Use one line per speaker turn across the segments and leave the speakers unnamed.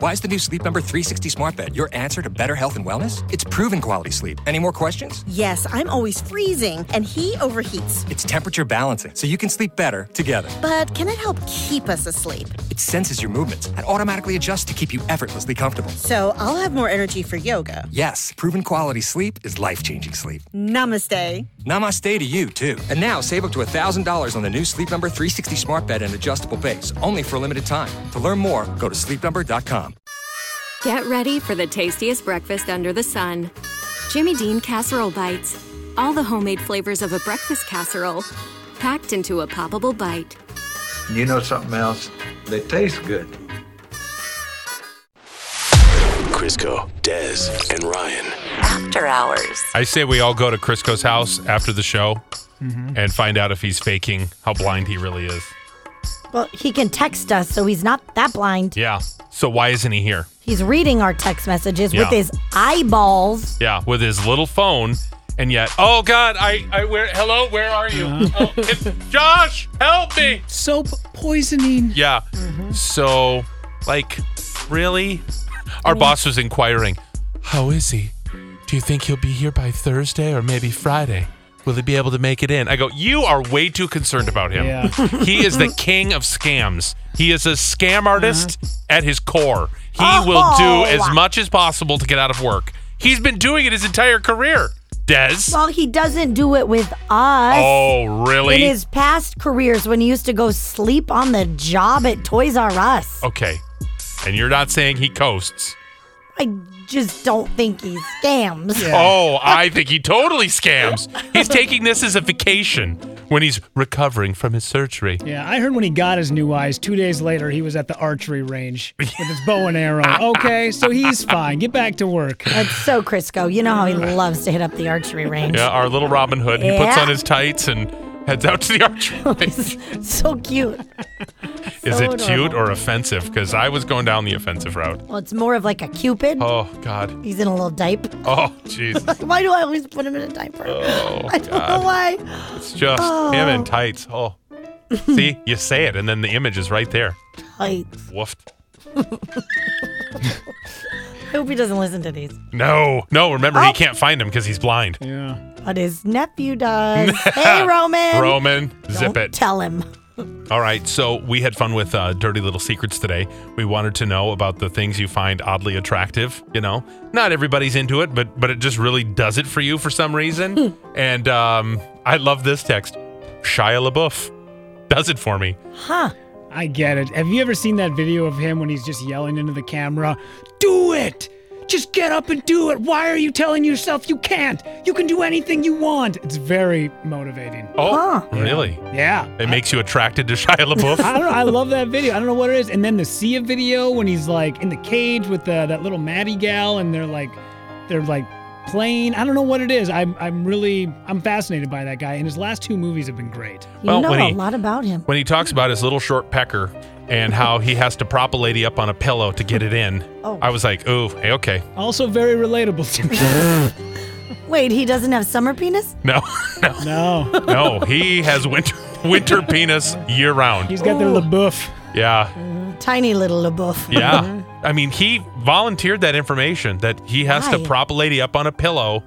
Why is the new Sleep Number 360 smart bed your answer to better health and wellness? It's proven quality sleep. Any more questions?
Yes, I'm always freezing, and he overheats.
It's temperature balancing, so you can sleep better together.
But can it help keep us asleep?
It senses your movements and automatically adjusts to keep you effortlessly comfortable.
So I'll have more energy for yoga.
Yes, proven quality sleep is life changing sleep.
Namaste.
Namaste to you, too. And now save up to $1,000 on the new Sleep Number 360 smart bed and adjustable base, only for a limited time. To learn more, go to sleepnumber.com.
Get ready for the tastiest breakfast under the sun. Jimmy Dean Casserole Bites. All the homemade flavors of a breakfast casserole, packed into a poppable bite.
You know something else? They taste good.
Crisco, Dez, and Ryan.
After hours.
I say we all go to Crisco's house after the show
Mm-hmm.
and find out if he's faking how blind he really is.
Well, he can text us, so he's not that blind.
Yeah. So why isn't he here?
He's reading our text messages with
Yeah.
his eyeballs.
Yeah, with his little phone, and yet, oh God, I, I, where, hello, where are you? Oh, if- Josh, help me!
Uh-huh. Soap poisoning. Mm-hmm.
Yeah. So, like, really? Our boss was inquiring, how is he? Do you think he'll be here by Thursday or maybe Friday? Will he be able to make it in? I go, you are way too concerned about him.
Yeah.
he is the king of scams. He is a scam artist at his core. He will
Oh.
do as much as possible to get out of work. He's been doing it his entire career. Des.
Well, he doesn't do it with us.
Oh,
In
really?
his past careers, when he used to go sleep on the job at Toys R Us,
okay. And you're not saying he coasts.
I just don't think he scams.
Oh, I think he totally scams. He's taking this as a vacation when he's recovering from his surgery.
Yeah, I heard when he got his new eyes, two days later, he was at the archery range with his bow and arrow. Okay, so he's fine. Get back to work.
That's so Crisco. You know how he loves to hit up the archery range.
Yeah, our little Robin Hood. He puts
Yeah.
on his tights and heads out to the archery. range.
so cute.
Is
So
it cute
adorable.
or offensive? Because I was going down the offensive route.
Well, it's more of like a cupid.
Oh God.
He's in a little diaper.
Oh Jesus.
Why do I always put him in a diaper?
Oh
I don't
God.
know why.
It's just him in tights. Oh. See, you say it, and then the image is right there.
I
Woofed.
hope he doesn't listen to these.
No, no. Remember,
Oh.
he can't find him because he's blind.
Yeah.
But his nephew does. hey, Roman.
Roman, zip
Don't
it.
Tell him.
All right, so we had fun with uh, Dirty Little Secrets today. We wanted to know about the things you find oddly attractive. You know, not everybody's into it, but but it just really does it for you for some reason.
Hmm.
and um, I love this text. Shia LaBeouf does it for me.
Huh.
I get it. Have you ever seen that video of him when he's just yelling into the camera, Do it! Just get up and do it. Why are you telling yourself you can't? You can do anything you want. It's very motivating.
Oh, really?
Yeah.
It makes you attracted to Shia LaBeouf.
I don't know. I love that video. I don't know what it is. And then the Sia video when he's like in the cage with the, that little Maddie gal, and they're like, they're like playing. I don't know what it is. I'm I'm really I'm fascinated by that guy. And his last two movies have been great.
You
Well,
know
when
a
he-
lot about him.
when he talks about his little short pecker and how he has to prop a lady up on a pillow to get it in,
Oh.
I was like, ooh, hey, okay,
Also very relatable to me.
Wait, he doesn't have summer penis?
no, no.
no,
No, he has winter winter penis year round.
he's got the LaBeouf.
Yeah.
Tiny little LaBeouf.
Yeah.
Mm-hmm.
I mean, he volunteered that information that he has to
Why?
prop a lady up on a pillow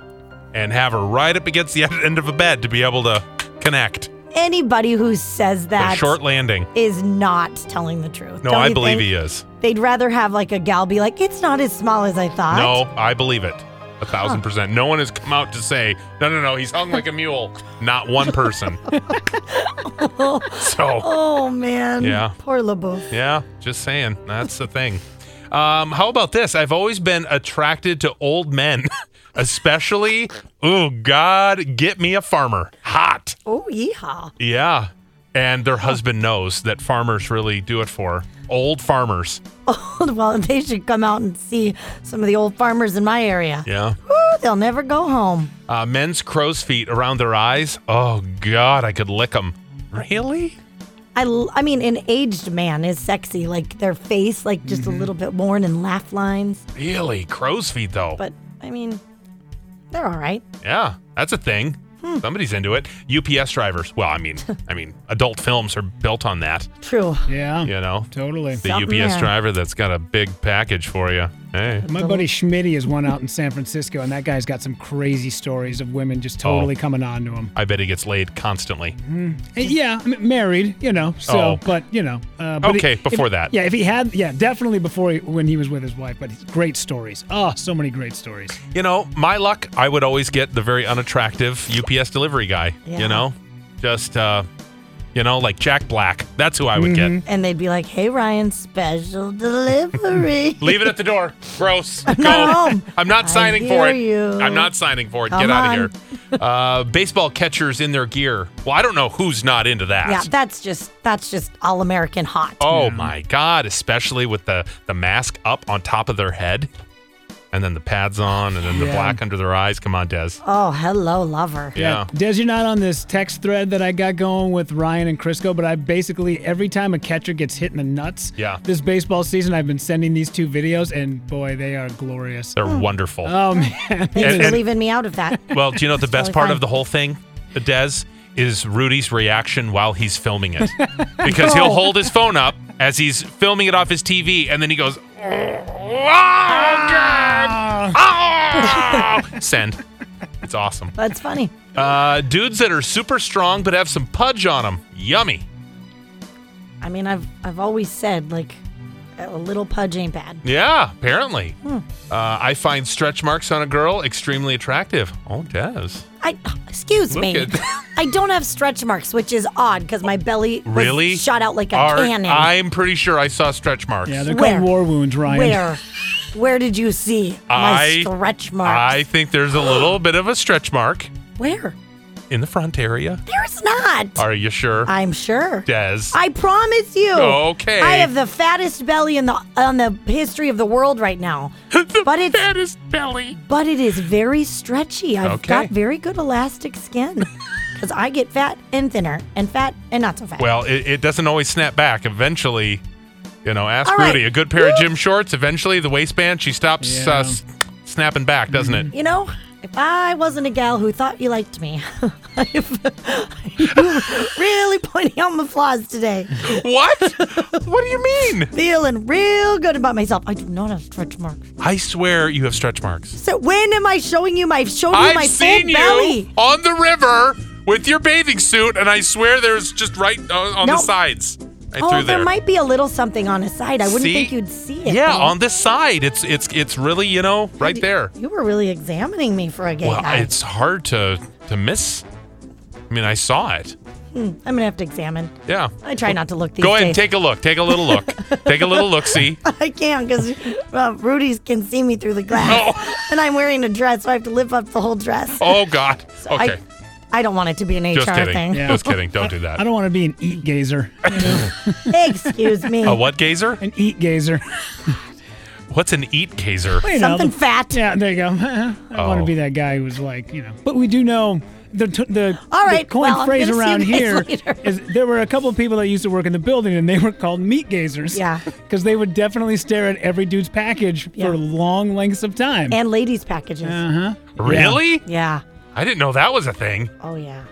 and have her right up against the end of a bed to be able to connect.
Anybody who says
A
that is
short landing.
not telling the truth.
No,
Don't
I
you
believe
think?
he is.
They'd rather have like a gal be like, it's not as small as I thought.
No, I believe it. A thousand percent. No one has come out to say, no, no, no, he's hung like a mule. Not one person. so.
Oh, man.
Yeah.
Poor LaBeouf.
Yeah, just saying. That's the thing. Um, how about this? I've always been attracted to old men, especially, oh, God, get me a farmer. Hot.
Oh, yeehaw.
Yeah. And their husband knows that farmers really do it for old farmers.
well, they should come out and see some of the old farmers in my area.
Yeah.
Woo, they'll never go home.
Uh, men's crow's feet around their eyes. Oh, God, I could lick them. Really?
I, l- I mean, an aged man is sexy, like their face, like just
Mm-hmm.
a little bit worn and laugh lines.
Really? Crow's feet, though.
But I mean, they're all right.
yeah, that's a thing. Somebody's into it. UPS drivers. Well, I mean, I mean, adult films are built on that.
True.
Yeah.
You know,
Totally.
the
Something
UPS
there.
driver that's got a big package for you. Hey,
My buddy Schmitty is one out in San Francisco, and that guy's got some crazy stories of women just totally coming on to him.
I bet he gets laid constantly.
And Uh, yeah, I mean, married, you know. So,
Oh.
but you know. Uh, but
Okay,
if-
before that.
Yeah, if he had, yeah, definitely before he, when he was with his wife. But great stories. Oh, so many great stories.
You know, my luck, I would always get the very unattractive UPS delivery guy.
Yeah.
You know, just uh, you know, like Jack Black. That's who I would get.
And they'd be like, hey, Ryan, special delivery.
Leave it at the door. Gross. I'm Go.
not home.
I'm not
I
signing
hear
for it.
you.
I'm not signing for it.
Come
Get out
on.
of here. Uh, baseball catchers in their gear. Well, I don't know who's not into that.
yeah, that's just, that's just all American hot.
Oh my God! Especially with the the mask up on top of their head, and then the pads on, and then the
Yeah.
black under their eyes. Come on, Des.
Oh, hello, lover.
Yeah.
Des, you're not on this text thread that I got going with Ryan and Crisco, but I basically, every time a catcher gets hit in the nuts
Yeah.
this baseball season, I've been sending these two videos, and boy, they are glorious.
They're wonderful.
Oh, man.
Thanks
And-
for
and-
leaving me out of that.
Well, do you know what the best
totally
part
fine.
of the whole thing, Dez, is Rudy's reaction while he's filming it? Because he'll hold his phone up as he's filming it off his TV, and then he goes, "Oh, God!
Ah.
Oh!" Send. It's awesome.
That's funny.
Uh, dudes that are super strong but have some pudge on them. Yummy.
I mean, I've, I've always said, like, a little pudge ain't bad.
Yeah, apparently.
Hmm.
Uh, I find stretch marks on a girl extremely attractive. Oh, Dez.
I excuse
Look
me.
at that.
I don't have stretch marks, which is odd because my belly was
Really?
shot out like a
Are-
cannon.
I'm pretty sure I saw stretch marks.
Yeah, they're
Where?
called war wounds, Ryan.
Where? Where did you see my
I-
stretch marks?
I think there's a little bit of a stretch mark
Where?
in the front area.
There's not.
Are you sure?
I'm sure.
Des.
I promise you.
Okay.
I have the fattest belly in the on the history of the world right now. but it's
is belly.
but it is very stretchy. I've
Okay.
got very good elastic skin. Because I get fat and thinner and fat and not so fat.
Well, it, it doesn't always snap back. Eventually, you know, ask
All right.
Rudy. A good pair of gym shorts. Eventually, the waistband she stops
Yeah.
uh, s- snapping back, doesn't it?
You know, if I wasn't a gal who thought you liked me, if you really pointing out my flaws today.
what? What do you mean?
Feeling real good about myself. I do not have stretch marks.
I swear you have stretch marks.
So when am I showing you my showing you
I've
my
seen
full
you
belly?
on the river with your bathing suit, and I swear there's just right on, on the
No.
sides. Right
Oh,
through
there.
there.
might be a little something on his side. I wouldn't
See?
think you'd see it.
Yeah,
though.
on this side, it's it's it's really you know right there.
You were really examining me for a gay
Well,
guy.
it's hard to to miss. I mean, I saw it.
I'm gonna have to examine.
Yeah.
I try not to look these
Go ahead and
days.
take a look. Take a little look. take a little look. See.
I can't because well, Rudy can see me through the glass, and I'm wearing a dress, so I have to lift up the whole dress.
Oh God. Okay.
I, I don't want it to be an HR
Just kidding.
thing.
Yeah.
Just kidding. Don't do
I
that.
don't want to be an eat gazer.
Excuse me.
A what gazer?
An eat gazer.
What's an eat gazer?
You know,
Something
the-
fat.
Yeah, there you go. I want
Oh.
to be that guy who was like, you know. But we do know the t- the,
All
the
right,
coin
well, I'm
phrase
gonna see you
around
guys
here
later.
is there were a couple of people that used to work in the building and they were called meat gazers.
Yeah.
Because they would definitely stare at every dude's package
Yeah.
for long lengths of time.
And ladies' packages.
Really?
Yeah.
I didn't know that was a thing.
Oh, yeah.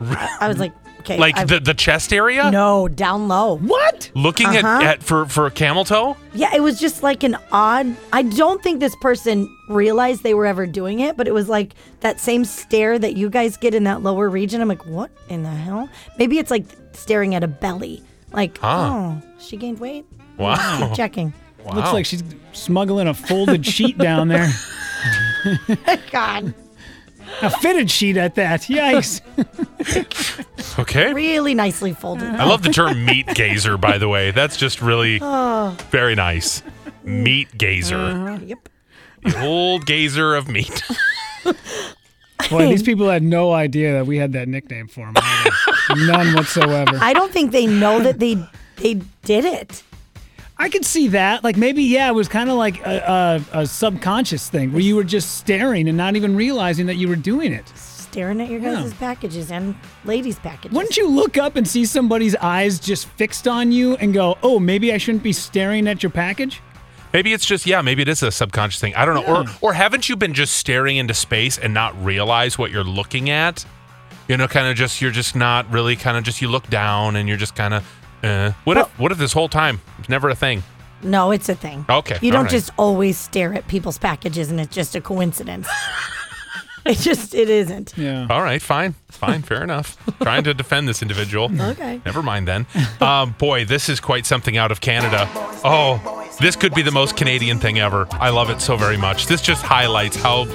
I, I was like, okay.
Like
I've-
the the chest area.
No, Uh-huh. down low. What?
Looking at, at for for a camel toe.
Yeah, it was just like an odd. I don't think this person realized they were ever doing it, but it was like that same stare that you guys get in that lower region. I'm like, what in the hell? Maybe it's like staring at a belly. Like,
Huh.
oh, she gained weight.
Wow.
Keep checking.
Wow.
Looks like she's smuggling a folded sheet down there.
God,
A fitted sheet at that. Yikes.
okay.
really nicely folded.
I love the term meat gazer, by the way. That's just really very nice. Meat gazer.
Oh. Uh-huh. Yep.
The old gazer of meat.
Boy, these people had no idea that we had that nickname for them. None whatsoever.
I don't think they know that they they did it.
I could see that. Like maybe, yeah, it was kind of like a, a, a subconscious thing where you were just staring and not even realizing that you were doing it.
Staring at your guys' packages and ladies' packages.
Wouldn't you look up and see somebody's eyes just fixed on you and go, oh, maybe I shouldn't be staring at your package?
Maybe it's just yeah. Maybe it is a subconscious thing. I don't know. Or or haven't you been just staring into space and not realize what you're looking at? You know, kind of just you're just not really kind of just you look down and you're just kind of. Uh, what if what if this whole time it's never a thing?
No, it's a thing.
Okay,
You
all
don't
right.
just always stare at people's packages and it's just a coincidence. it just it isn't.
Yeah.
All right, fine, fine, fair enough. Trying to defend this individual.
Okay.
Never mind then. Um, boy, this is quite something out of Canada. Oh, this could be the most Canadian thing ever. I love it so very much. This just highlights how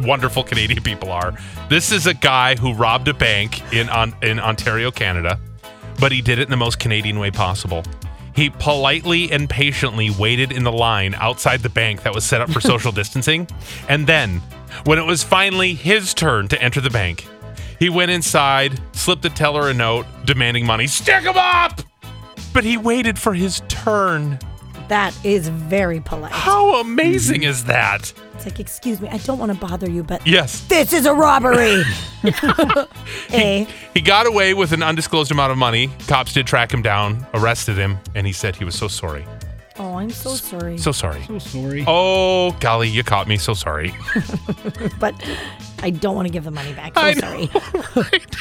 wonderful Canadian people are. This is a guy who robbed a bank in on, in Ontario, Canada, but he did it in the most Canadian way possible. He politely and patiently waited in the line outside the bank that was set up for social distancing, and then, when it was finally his turn to enter the bank, he went inside, slipped the teller a note demanding money. Stick him up! But he waited for his turn.
That is very polite.
How amazing is that?
It's like, excuse me, I don't want to bother you, but
Yes.
this is a robbery. a
He got away with an undisclosed amount of money. Cops did track him down, arrested him, and he said he was so sorry.
Oh, I'm so sorry.
So sorry.
So sorry.
Oh, golly, you caught me. So sorry.
but I don't want to give the money back. So
I know.
sorry.
Right?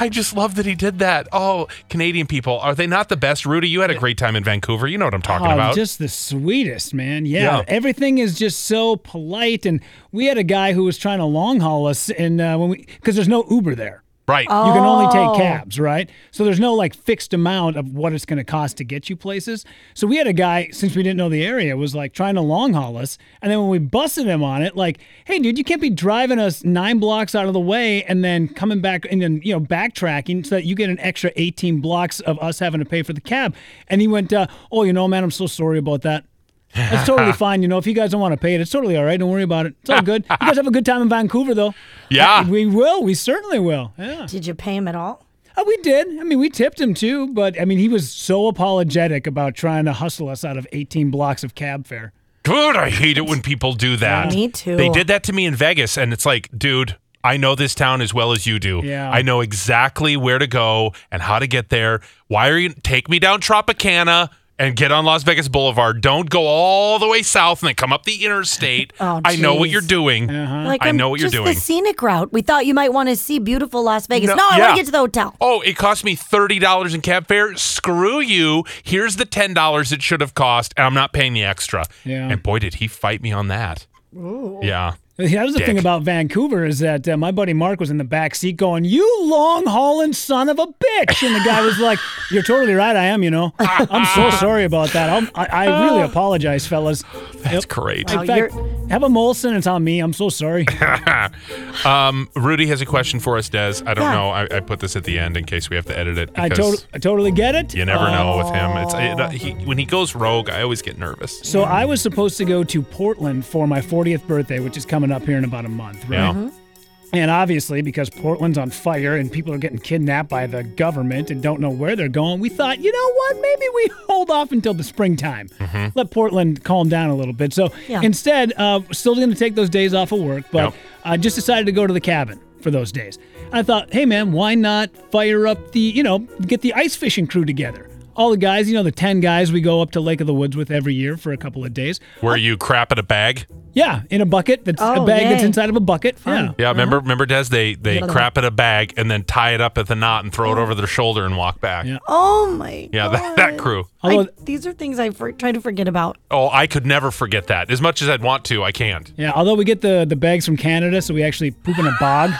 I just love that he did that. Oh, Canadian people, are they not the best? Rudy, you had a great time in Vancouver. You know what I'm talking
Oh,
about.
Just the sweetest, man. Yeah,
Yeah.
Everything is just so polite. And we had a guy who was trying to long haul us and uh, when we because there's no Uber there.
right.
You can only
Oh.
take cabs, right? So there's no like fixed amount of what it's going to cost to get you places. So we had a guy, since we didn't know the area, was like trying to long haul us. And then when we busted him on it, like, hey, dude, you can't be driving us nine blocks out of the way and then coming back and then, you know, backtracking so that you get an extra 18 blocks of us having to pay for the cab. And he went, uh, oh, you know, man, I'm so sorry about that. That's totally fine. You know, if you guys don't want to pay it, it's totally all right. Don't worry about it. It's all good. You guys have a good time in Vancouver, though.
Yeah.
we will. We certainly will. Yeah.
Did you pay him at all?
Uh, we did. I mean, we tipped him too, but I mean, he was so apologetic about trying to hustle us out of 18 blocks of cab fare.
Dude, I hate it when people do that.
Me too.
They did that to me in Vegas, and it's like, dude, I know this town as well as you do.
Yeah.
I know exactly where to go and how to get there. Why are you take me down Tropicana and get on Las Vegas Boulevard? Don't go all the way south and then come up the interstate.
Oh,
I know what
jeez.
you're doing.
Uh-huh.
Like
Mm, I
I'm
know what you're
just
doing.
The scenic route. We thought you might want to see beautiful Las Vegas.
No,
No, I want
yeah.
to get to the hotel.
Oh, it cost me thirty dollars in cab fare. Screw you. Here's the ten dollars it should have cost, and I'm not paying the extra.
Yeah.
And boy, did he fight me on that. Yeah.
That was the thing
Dick.
about Vancouver is that uh, my buddy Mark was in the back seat going, "You long hauling son of a bitch," and the guy was like, "You're totally right. I am. You know, I'm so sorry about that. I'm, I, I
Uh.
really apologize, fellas.
That's great.
In
Wow,
fact,
Oh, you're-
have a Molson. It's on me. I'm so sorry.
Um, Rudy has a question for us, Des. I don't
Yeah.
know. I, I put this at the end in case we have to edit it.
I,
because
tot- Oh. I totally get it. Uh,
You never know with him. It's it, uh, he, when he goes rogue, I always get nervous.
So I was supposed to go to Portland for my 40th birthday, which is coming up here in about a month, right?
Yeah.
And obviously, because Portland's on fire and people are getting kidnapped by the government and don't know where they're going, we thought, you know what? Maybe we hold off until the springtime. Let Portland calm down a little bit. So
Yeah.
instead, uh, still going to take those days off of work, but
Yep.
I just decided to go to the cabin for those days. And I thought, hey man, why not fire up the, you know, get the ice fishing crew together? All the guys, you know, the 10 guys we go up to Lake of the Woods with every year for a couple of days.
Where you crap in a bag?
Yeah, in a bucket that's
Oh,
a bag that's
yay.
inside of a bucket. Yeah.
Yeah, remember remember Des? They they crap in a bag and then tie it up at the knot and throw it over their shoulder and walk back.
Oh. Yeah.
Oh my.
Yeah, that, that crew.
I-
Although-
these are things I for, try to forget about.
Oh, I could never forget that. As much as I'd want to, I can't.
Yeah, although we get the, the bags from Canada, so we actually poop in a bog.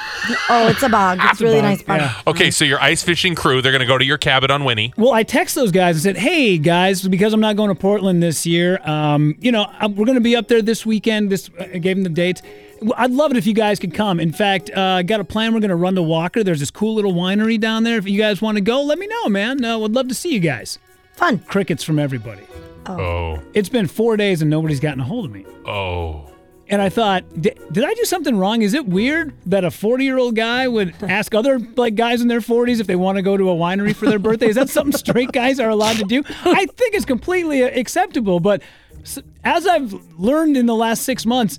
Oh, it's a bog. It's really
bog,
nice bog.
yeah.
Okay, so your ice fishing crew, they're going to go to your cabin on Winnie.
Well, I text those guys and said, "Hey guys, because I'm not going to Portland this year, um, you know, i we're going to be up there this weekend. This uh, I gave them the dates. Well, I'd love it if you guys could come. In fact, uh, I got a plan. We're going to run to Walker. There's this cool little winery down there. If you guys want to go, let me know, man. Uh, would love to see you guys.
Fun.
Crickets from everybody.
Oh.
It's been four days and nobody's gotten a hold of me.
Oh.
And I thought, "Di- did I do something wrong? Is it weird that a 40 year old guy would ask other like guys in their 40s if they want to go to a winery for their birthday? Is that something straight guys are allowed to do? I think it's completely uh, acceptable. But s- as I've learned in the last six months,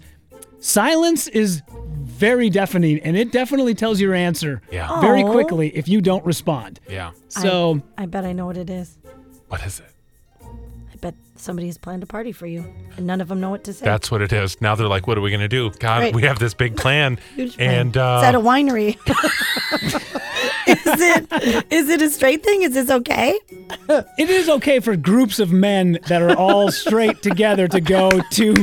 silence is very deafening and it definitely tells your answer
Yeah.
very
Aw.
quickly if you don't respond.
Yeah.
So
I bet I know what it is.
What is it?
I bet somebody has planned a party for you, and none of them know what to say.
That's what it is. Now they're like, what are we going to do? God,
Right.
we have this big plan.
Oh.
Huge plan.
and uh,
it's at a winery. Is it is it a straight thing? Is this okay?
It is okay for groups of men that are all straight together to go to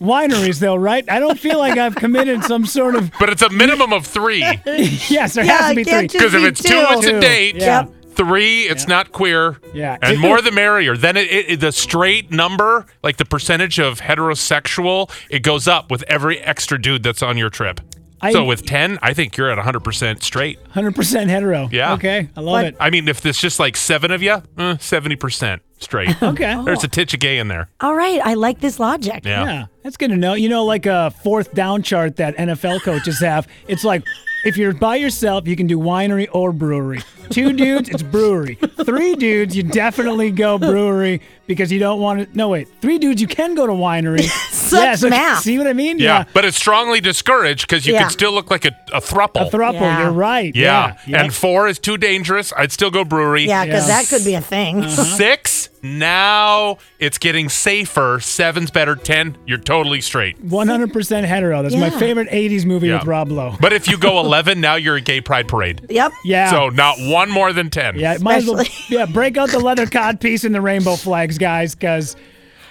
wineries, though, right? I don't feel like I've committed some sort of.
But it's a minimum of three.
Yes, there
Yeah,
has to be
it can't
three.
just-
Because if
Me
it's two, it's
too.
a date.
Yeah. Yep.
Three, it's not queer.
Yeah.
And more the merrier. Then it, it, the straight number, like the percentage of heterosexual, it goes up with every extra dude that's on your trip.
I-
so with 10, I think you're at 100% straight.
100% hetero.
Yeah.
Okay, I love
But-
it.
I mean, if there's just like seven of you, eh, 70% straight.
Okay.
There's a titch of gay in there.
All right, I like this logic.
Yeah.
Yeah, that's good to know. You know, like a fourth down chart that NFL coaches have. It's like if you're by yourself, you can do winery or brewery. Two dudes, it's brewery. Three dudes, you definitely go brewery because you don't want to. No, wait. Three dudes, you can go to winery.
Such
yeah, so-
math.
See what I mean?
Yeah. But it's strongly discouraged because you
Yeah.
could still look like a, a thruple.
A throuple,
Yeah.
you're right.
yeah.
yeah.
And four is too dangerous. I'd still go brewery. Uh-huh.
Yeah, because
Yeah.
that could be a thing.
Uh. Six, now it's getting safer. Seven's better. Ten, you're totally straight.
100% hetero. That's my
Yeah.
favorite 80s movie
Yeah.
with Rob Lowe.
But if you go 11, now you're a gay pride parade.
Yep.
Yeah.
So not one more than 10.
yeah, might as well,
Especially-
yeah, break out the leather cod piece and the rainbow flags, guys, because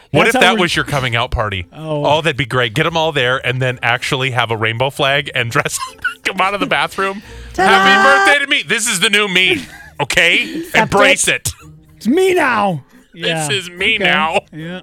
What if
That's how
that
we're-
was your coming out party? Oh. that'd be great. Get them all there and then actually have a rainbow flag and dress come out of the bathroom. Happy birthday to me. This is the new me. Okay? Embrace it.
it's me now. Yeah.
This is me now.
Yeah.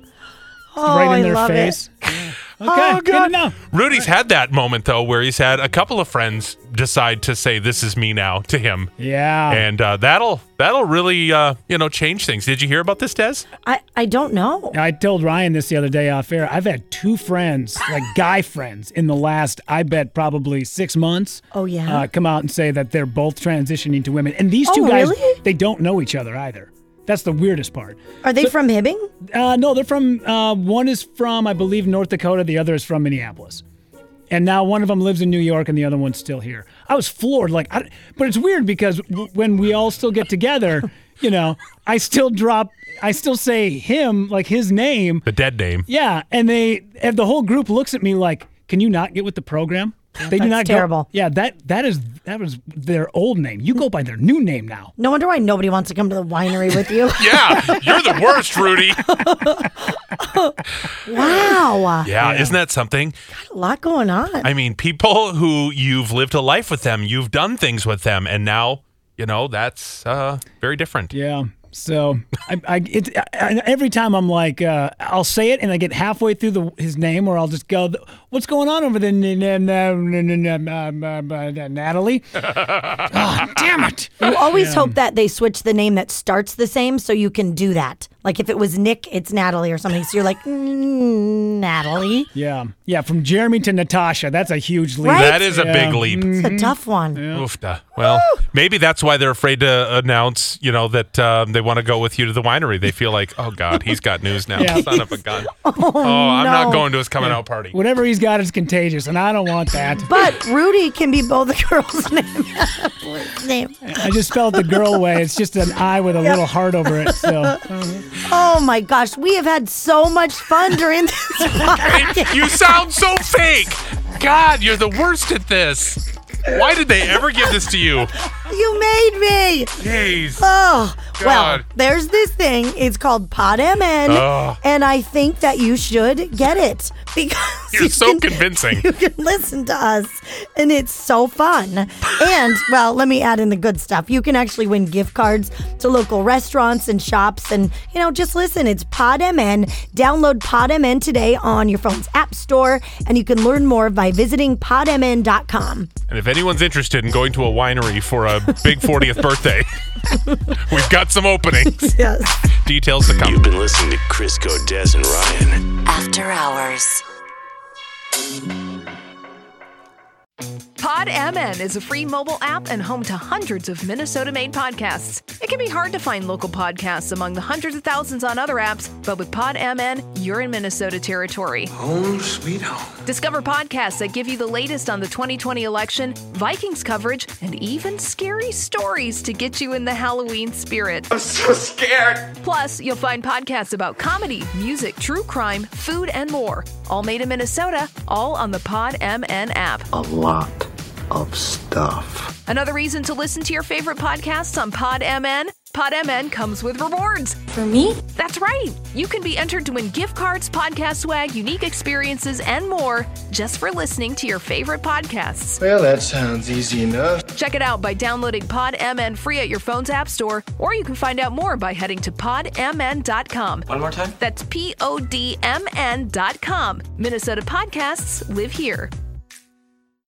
Oh,
right in
I
their
love
face.
it.
Okay. Oh, good enough.
Rudy's had that moment though where he's had a couple of friends decide to say this is me now to him.
Yeah.
and uh, that'll that'll really uh, you know change things. Did you hear about this, Des?
I, I don't know.
Now, I told Ryan this the other day off air. I've had two friends, like guy friends, in the last, I bet, probably six months.
Oh, yeah?
Uh, come out and say that they're both transitioning to women. And these two
Oh,
guys,
really?
they don't know each other either. That's the weirdest part.
Are they from Hibbing?
Uh, no, they're from, uh, one is from, I believe, North Dakota, the other is from Minneapolis. And now one of them lives in New York and the other one's still here. I was floored. Like, I, but it's weird because w- when we all still get together, you know, I still drop, I still say him, like his name.
The dead name.
Yeah, and they and the whole group looks at me like, "Can you not get with the program?" They do
That's
not go-
terrible.
yeah, that that is that was their old name. You go by their new name now.
No wonder why nobody wants to come to the winery with you.
Yeah, you're the worst, Rudy.
wow.
Yeah, isn't that something?
A lot going on.
I mean, people who you've lived a life with them, you've done things with them, and now you know that's uh, very different.
Yeah. So I, I, it, I- I every time I'm like, uh, I'll say it, and I get halfway through the his name, or I'll just go, "What's going on over there, n- n- n- n- n- um, um, uh, Natalie?" oh, damn it!
You always hope that they switch the name that starts the same so you can do that. Like if it was Nick, it's Natalie or something. So you're like, "Mm, Natalie.
Yeah, yeah. From Jeremy to Natasha, that's a huge leap.
Right?
That is a big leap.
Mm-hmm.
It's a tough one.
Oofda. Well, maybe that's why they're afraid to announce, you know, that um, they want to go with you to the winery. They feel like, oh God, he's got news now.
Yeah.
Son of a gun. Oh, I'm not
no.
going to his coming out party.
Whatever he's got is contagious, and I don't want that.
But Rudy can be both a girl's name. boy's name.
I just spelled the girl way. It's just an I with a little heart over it. So
Oh my gosh, we have had so much fun during this podcast.
You sound so fake. God, you're the worst at this. Why did they ever give this to you?
You made me.
Jeez.
Oh, well,
God.
there's this thing. It's called Pod MN,
Oh.
and I think that you should get it because
You're
you
so
can-
convincing.
You can listen to us, and it's so fun. And well, let me add in the good stuff. You can actually win gift cards to local restaurants and shops, and you know, just listen. It's Pod MN. Download Pod MN today on your phone's app store, and you can learn more by visiting podmn.com.
And if anyone's interested in going to a winery for a big 40th birthday, we've got some openings.
Yes.
Details to come.
You've been listening to Crisco, Des, and Ryan.
After Hours.
Pod MN is a free mobile app and home to hundreds of Minnesota made podcasts. It can be hard to find local podcasts among the hundreds of thousands on other apps, but with Pod MN, you're in Minnesota territory.
Home sweet home.
Discover podcasts that give you the latest on the 2020 election, Vikings coverage, and even scary stories to get you in the Halloween spirit.
I'm so scared.
Plus, you'll find podcasts about comedy, music, true crime, food, and more. All made in Minnesota, all on the Pod MN app.
a lot of stuff.
Another reason to listen to your favorite podcasts on PodMN? PodMN comes with rewards. For me? That's right. You can be entered to win gift cards, podcast swag, unique experiences, and more just for listening to your favorite podcasts.
Well, that sounds easy enough.
Check it out by downloading PodMN free at your phone's app store, or you can find out more by heading to podmn.com.
One more time.
That's P O D M N dot com. Minnesota podcasts live here.